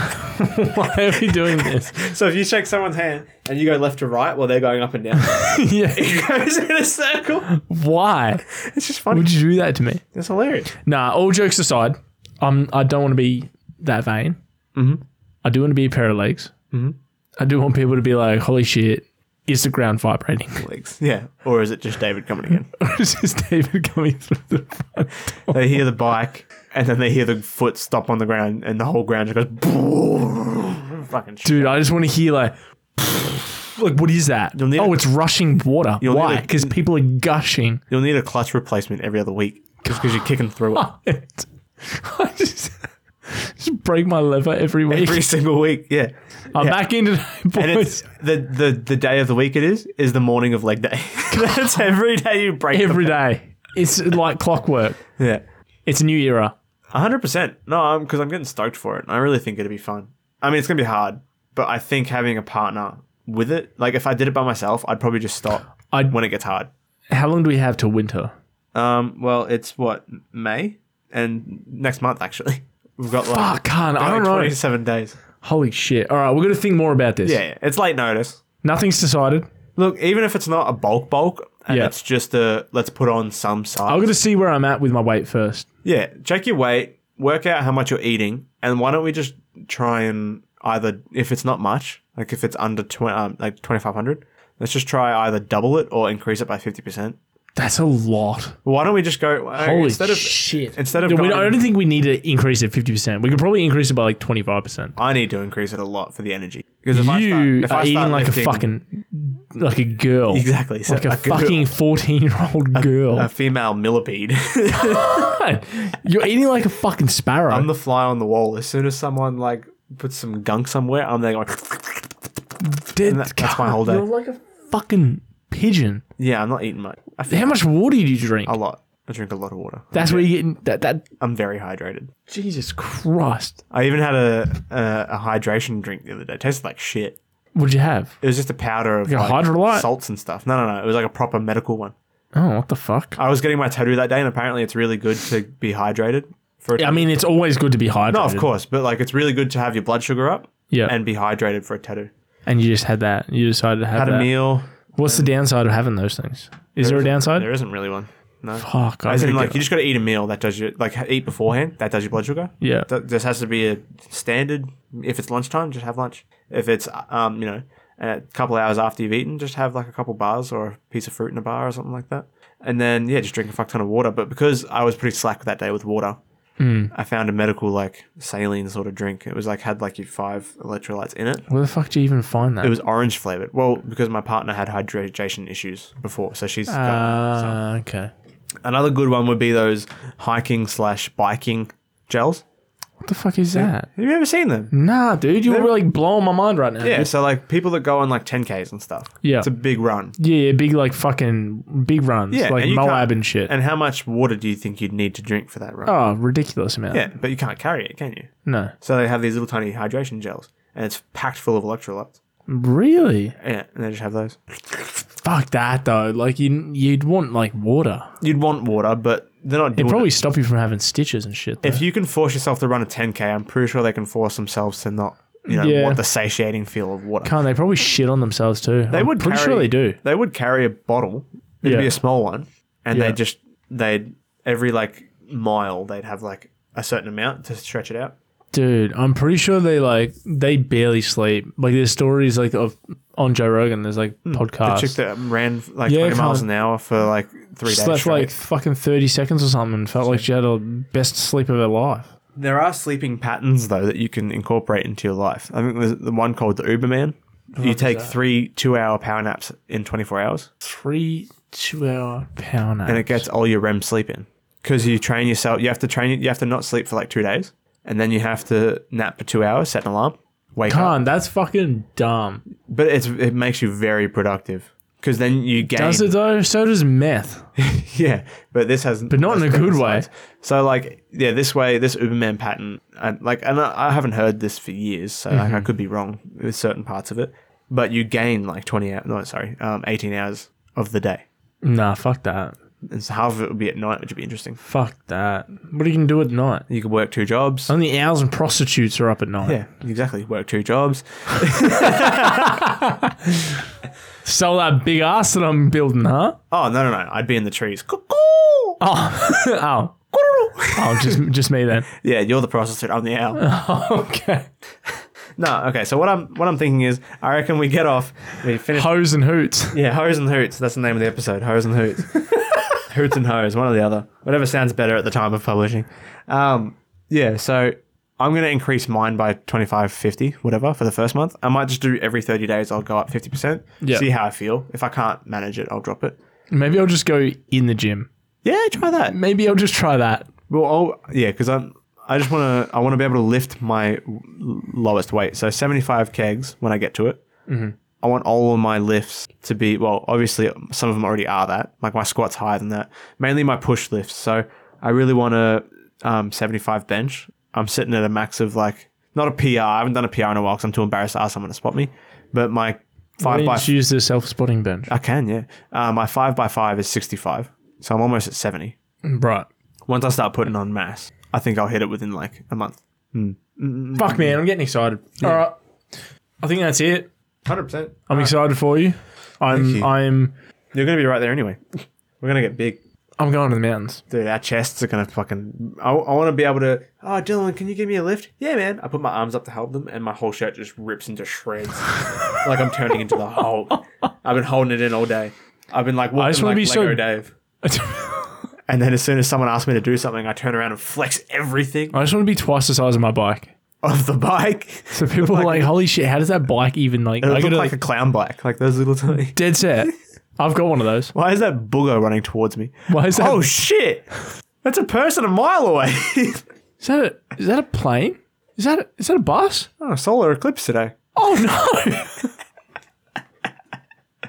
Speaker 2: why are we doing this?
Speaker 3: so if you shake someone's hand and you go left to right, well, they're going up and down.
Speaker 2: yeah.
Speaker 3: it goes in a circle.
Speaker 2: Why
Speaker 3: It's just funny.
Speaker 2: would you do that to me?
Speaker 3: it's hilarious.
Speaker 2: Nah, all jokes aside, I'm, I don't want to be that vain. Mm-hmm. I do want to be a pair of legs. Mm-hmm. I do want people to be like, holy shit, is the ground vibrating?
Speaker 3: Legs. Yeah. Or is it just David coming again?
Speaker 2: it's just David coming through the front door.
Speaker 3: they hear the bike and then they hear the foot stop on the ground and the whole ground just goes. boom. Fucking shit.
Speaker 2: Dude, I just want to hear like, like what is that?
Speaker 3: need
Speaker 2: Oh,
Speaker 3: a-
Speaker 2: it's rushing water.
Speaker 3: You'll need
Speaker 2: Why?
Speaker 3: a-
Speaker 2: Because people are gushing.
Speaker 3: You'll need a clutch replacement every other week just because you're kicking through it
Speaker 2: I just, just break my lever every week.
Speaker 3: every single week. Yeah.
Speaker 2: I'm back in today,
Speaker 3: And
Speaker 2: boys.
Speaker 3: it's the, the the day of the week it is is the morning of leg day. That's every day you break.
Speaker 2: Every day. It's like clockwork.
Speaker 3: the, yeah,
Speaker 2: It's a new era.
Speaker 3: hundred percent. No, because I'm, getting stoked for it. and I really think it'd be fun. I mean, it's gonna be hard, but I think having a partner with it, like if I did it by myself, I'd probably just stop
Speaker 2: I'd-
Speaker 3: when it gets hard.
Speaker 2: How long do we have till winter?
Speaker 3: Um, well, it's what May and next month actually. We've got like,
Speaker 2: Fuck, Ah, can't. I
Speaker 3: like
Speaker 2: don't know.
Speaker 3: twenty-seven days.
Speaker 2: Holy shit. All right, we're going to think more about this.
Speaker 3: Yeah, yeah, it's late notice.
Speaker 2: Nothing's decided.
Speaker 3: Look, even if it's not a bulk bulk, and
Speaker 2: Yeah.
Speaker 3: it's just a let's put on some size.
Speaker 2: I'm going to see where I'm at with my weight first.
Speaker 3: Yeah, check your weight, work out how much you're eating, and why don't we just try and either if it's not much, like if it's under tw- um, like twenty five hundred, let's just try either double it or increase it by fifty percent.
Speaker 2: That's a lot.
Speaker 3: Why don't we just go uh,
Speaker 2: Holy
Speaker 3: instead of
Speaker 2: shit.
Speaker 3: instead of
Speaker 2: Dude, we,
Speaker 3: going-
Speaker 2: I don't think we need to increase it 50%. We could probably increase it by like 25%.
Speaker 3: I need to increase it a lot for the energy because if I start,
Speaker 2: You
Speaker 3: if
Speaker 2: are
Speaker 3: I
Speaker 2: eating
Speaker 3: start
Speaker 2: like
Speaker 3: lifting-
Speaker 2: a fucking, like a girl.
Speaker 3: exactly so
Speaker 2: Like a,
Speaker 3: girl-
Speaker 2: fucking 14 year old girl.
Speaker 3: a female millipede.
Speaker 2: You're eating like a fucking sparrow.
Speaker 3: I'm the fly on the wall. As soon as someone like puts some gunk somewhere, I'm there going.
Speaker 2: Dead-
Speaker 3: that- that's my whole day.
Speaker 2: You're like a fucking pigeon.
Speaker 3: Yeah, I'm not eating much. I feel
Speaker 2: How much water do you drink?
Speaker 3: a lot. I drink a lot of water.
Speaker 2: That's where you're getting that. That
Speaker 3: I'm very hydrated.
Speaker 2: Jesus Christ.
Speaker 3: I even had a a, a hydration drink the other day. It tasted like shit.
Speaker 2: What'd you have?
Speaker 3: It was just a powder of
Speaker 2: Like a
Speaker 3: like,
Speaker 2: Hydrolite?
Speaker 3: salts and stuff. No, no, no. It was like a proper medical one.
Speaker 2: Oh, what the fuck?
Speaker 3: I was getting my tattoo that day, and apparently it's really good to be hydrated. For a
Speaker 2: I mean, it's always good to be hydrated.
Speaker 3: no, of course, but like it's really good to have your blood sugar up
Speaker 2: Yeah.
Speaker 3: and be hydrated for a tattoo.
Speaker 2: And you just had that. You decided to have
Speaker 3: Had
Speaker 2: that.
Speaker 3: a meal.
Speaker 2: What's the downside of having those things? Is there, a downside?
Speaker 3: There isn't really one. No.
Speaker 2: Fuck. I
Speaker 3: As in,
Speaker 2: gotta
Speaker 3: like
Speaker 2: go.
Speaker 3: you just got to eat a meal that does your like eat beforehand that does your blood sugar.
Speaker 2: Yeah.
Speaker 3: Th- This has to be a standard. If it's lunchtime, just have lunch. If it's um, you know, a couple hours after you've eaten, just have like a couple bars or a piece of fruit in a bar or something like that. And then yeah, just drink a fuck ton of water. But because I was pretty slack that day with water,
Speaker 2: Hmm.
Speaker 3: I found a medical like saline sort of drink. It was like had like your five electrolytes in it.
Speaker 2: Where the fuck do you even find that?
Speaker 3: It was orange flavored. Well, because my partner had hydration issues before, so she's got some.
Speaker 2: Ah, okay.
Speaker 3: Another good one would be those hiking slash biking gels.
Speaker 2: What the fuck is that?
Speaker 3: Have you ever seen them?
Speaker 2: Nah, dude, you're really blowing my mind right now.
Speaker 3: Yeah, so like people that go on like 10Ks and stuff.
Speaker 2: Yeah.
Speaker 3: It's a big run.
Speaker 2: Yeah, yeah, big like fucking big runs,
Speaker 3: Yeah,
Speaker 2: like
Speaker 3: and you
Speaker 2: Moab
Speaker 3: can't-
Speaker 2: and shit.
Speaker 3: And how much water do you think you'd need to drink for that run?
Speaker 2: oh, ridiculous amount.
Speaker 3: Yeah, but you can't carry it, can you?
Speaker 2: No,
Speaker 3: So they have these little tiny hydration gels and it's packed full of electrolytes.
Speaker 2: really?
Speaker 3: Yeah, and they just have those.
Speaker 2: Fuck that though. Like you, you'd want like water.
Speaker 3: You'd want water, but they're not doing
Speaker 2: It'd
Speaker 3: it.
Speaker 2: probably stop you from having stitches and shit. Though.
Speaker 3: If you can force yourself to run a 10K, I'm pretty sure they can force themselves to not, you know,
Speaker 2: Yeah.
Speaker 3: want the satiating feel of water.
Speaker 2: Can't they probably shit on themselves too?
Speaker 3: They would
Speaker 2: Pretty
Speaker 3: carry,
Speaker 2: sure they do.
Speaker 3: They would carry a bottle. It'd
Speaker 2: Yeah.
Speaker 3: be a small one, and
Speaker 2: Yeah.
Speaker 3: they just they'd every like mile they'd have like a certain amount to stretch it out.
Speaker 2: Dude, I'm pretty sure they like they barely sleep. Like there's stories like of on Joe Rogan. There's like podcasts.
Speaker 3: Hmm. The chick that ran like
Speaker 2: Ah, Yeah,
Speaker 3: twenty miles
Speaker 2: can't-
Speaker 3: an hour for like three days
Speaker 2: Slept
Speaker 3: straight.
Speaker 2: like fucking thirty seconds or something. and Felt like she had the best sleep of her life.
Speaker 3: There are sleeping patterns though that you can incorporate into your life. I think there's the one called the Uberman. You take three two-hour power naps in twenty-four hours,
Speaker 2: Three two-hour pound.
Speaker 3: and it gets all your REM sleep in because you train yourself. You have to train. You have to not sleep for like two days, and then you have to nap for two hours, set an alarm, wake up.
Speaker 2: Con, that's fucking dumb.
Speaker 3: But it's it makes you very productive because then you gain.
Speaker 2: Does it though? So does meth.
Speaker 3: Yeah, but this has,
Speaker 2: But not in a good way.
Speaker 3: So like, yeah, this way, this Uberman pattern, and like, and I, I haven't heard this for years, so like,
Speaker 2: Mm-hmm.
Speaker 3: I could be wrong with certain parts of it. But you gain like twenty hours, no, sorry, um, eighteen hours of the day,
Speaker 2: Nah, fuck that.
Speaker 3: and so half of it would be at night, which would be interesting.
Speaker 2: Fuck that. What are you gonna do at night?
Speaker 3: You could work two jobs.
Speaker 2: Only owls and prostitutes are up at night.
Speaker 3: Yeah, exactly. Work two jobs.
Speaker 2: Sell that big ass that I'm building, huh?
Speaker 3: Oh no, no, no! I'd be in the trees. Cuckoo!
Speaker 2: Oh, oh, oh, just just me then.
Speaker 3: Yeah, you're the prostitute. I'm the owl.
Speaker 2: okay.
Speaker 3: no, okay. So what I'm what I'm thinking is, I reckon we get off. We finish.
Speaker 2: Hoes and hoots.
Speaker 3: Yeah, Hoes and Hoots. That's the name of the episode. Hoes and Hoots. Hoots and Hoes, one or the other. Whatever sounds better at the time of publishing. Um, yeah, so I'm going to increase mine by 25, 50, whatever, for the first month. I might just do every 30 days, I'll go up 50%,
Speaker 2: Yeah.
Speaker 3: see how I feel. If I can't manage it, I'll drop it.
Speaker 2: Maybe I'll just go in the gym.
Speaker 3: Yeah, try that.
Speaker 2: Maybe I'll just try that.
Speaker 3: Well, I'll, yeah, because I'm. I just want to. I want to be able to lift my l- lowest weight. So seventy-five kegs when I get to it. I want all of my lifts to be well. Obviously, some of them already are that. Like my squats higher than that. Mainly my push lifts. So I really want to um, seventy-five bench. I'm sitting at a max of like not a PR. I haven't done a PR in a while because I'm too embarrassed to ask someone to spot me. But my
Speaker 2: Why
Speaker 3: five
Speaker 2: don't you
Speaker 3: by
Speaker 2: just use the self spotting bench?
Speaker 3: I can yeah. Uh, my five by five is sixty-five. So I'm almost at seventy
Speaker 2: Right.
Speaker 3: once I start putting on mass, I think I'll hit it within like a month.
Speaker 2: Fuck man, I'm getting excited. All right. I think that's it.
Speaker 3: Hundred percent.
Speaker 2: I'm excited for you. I'm
Speaker 3: you.
Speaker 2: I'm
Speaker 3: You're gonna be right there anyway. We're gonna get big,
Speaker 2: I'm going to the mountains.
Speaker 3: dude. Our chests are gonna fucking. I, I want to be able to. Oh, Dylan, can you give me a lift? Yeah, man. I put my arms up to help them, and my whole shirt just rips into shreds, like I'm turning into the Hulk. I've been holding it in all day. I've been like walking
Speaker 2: just wanna
Speaker 3: like
Speaker 2: be so-
Speaker 3: Lego Dave. And then as soon as someone asks me to do something, I turn around and flex everything
Speaker 2: I just want to be twice the size of my bike.
Speaker 3: of the bike.
Speaker 2: So people are like, "Holy shit! How does that bike even like?"
Speaker 3: It
Speaker 2: I got
Speaker 3: looked
Speaker 2: a
Speaker 3: like a clown bike, like those little tiny.
Speaker 2: dead set. I've got one of those.
Speaker 3: Why is that booger running towards me?
Speaker 2: Why is that?
Speaker 3: Oh shit! That's a person a mile away.
Speaker 2: is that a, is that a plane? Is that a, is that a bus?
Speaker 3: oh, solar eclipse today.
Speaker 2: Oh no!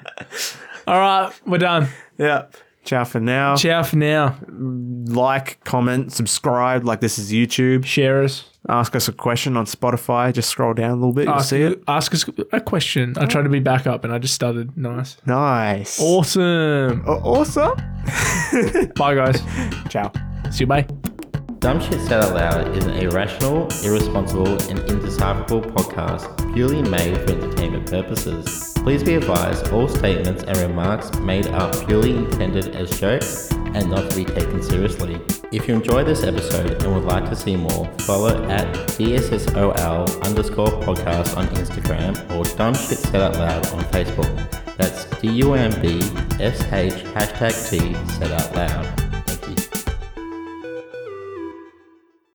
Speaker 2: All right, we're done.
Speaker 3: Yeah. Ciao for now.
Speaker 2: Ciao for now.
Speaker 3: Like, comment, subscribe. Like this is YouTube.
Speaker 2: Share us.
Speaker 3: Ask us a question on Spotify. Just scroll down a little bit. You'll
Speaker 2: ask,
Speaker 3: see it.
Speaker 2: ask us a question. I tried to be back up and I just stuttered. Nice.
Speaker 3: Nice.
Speaker 2: Awesome.
Speaker 3: Aw- awesome.
Speaker 2: Bye guys.
Speaker 3: Ciao.
Speaker 2: See you. Bye.
Speaker 5: Dumb Shit Said Out Loud is an irrational, irresponsible, and indecipherable podcast purely made for entertainment purposes. Please be advised all statements and remarks made are purely intended as jokes and not to be taken seriously. If you enjoyed this episode and would like to see more, follow at DSSOL underscore podcast on Instagram or Dumb Shit Said Out Loud on Facebook. That's D U M B S H hashtag T said out loud.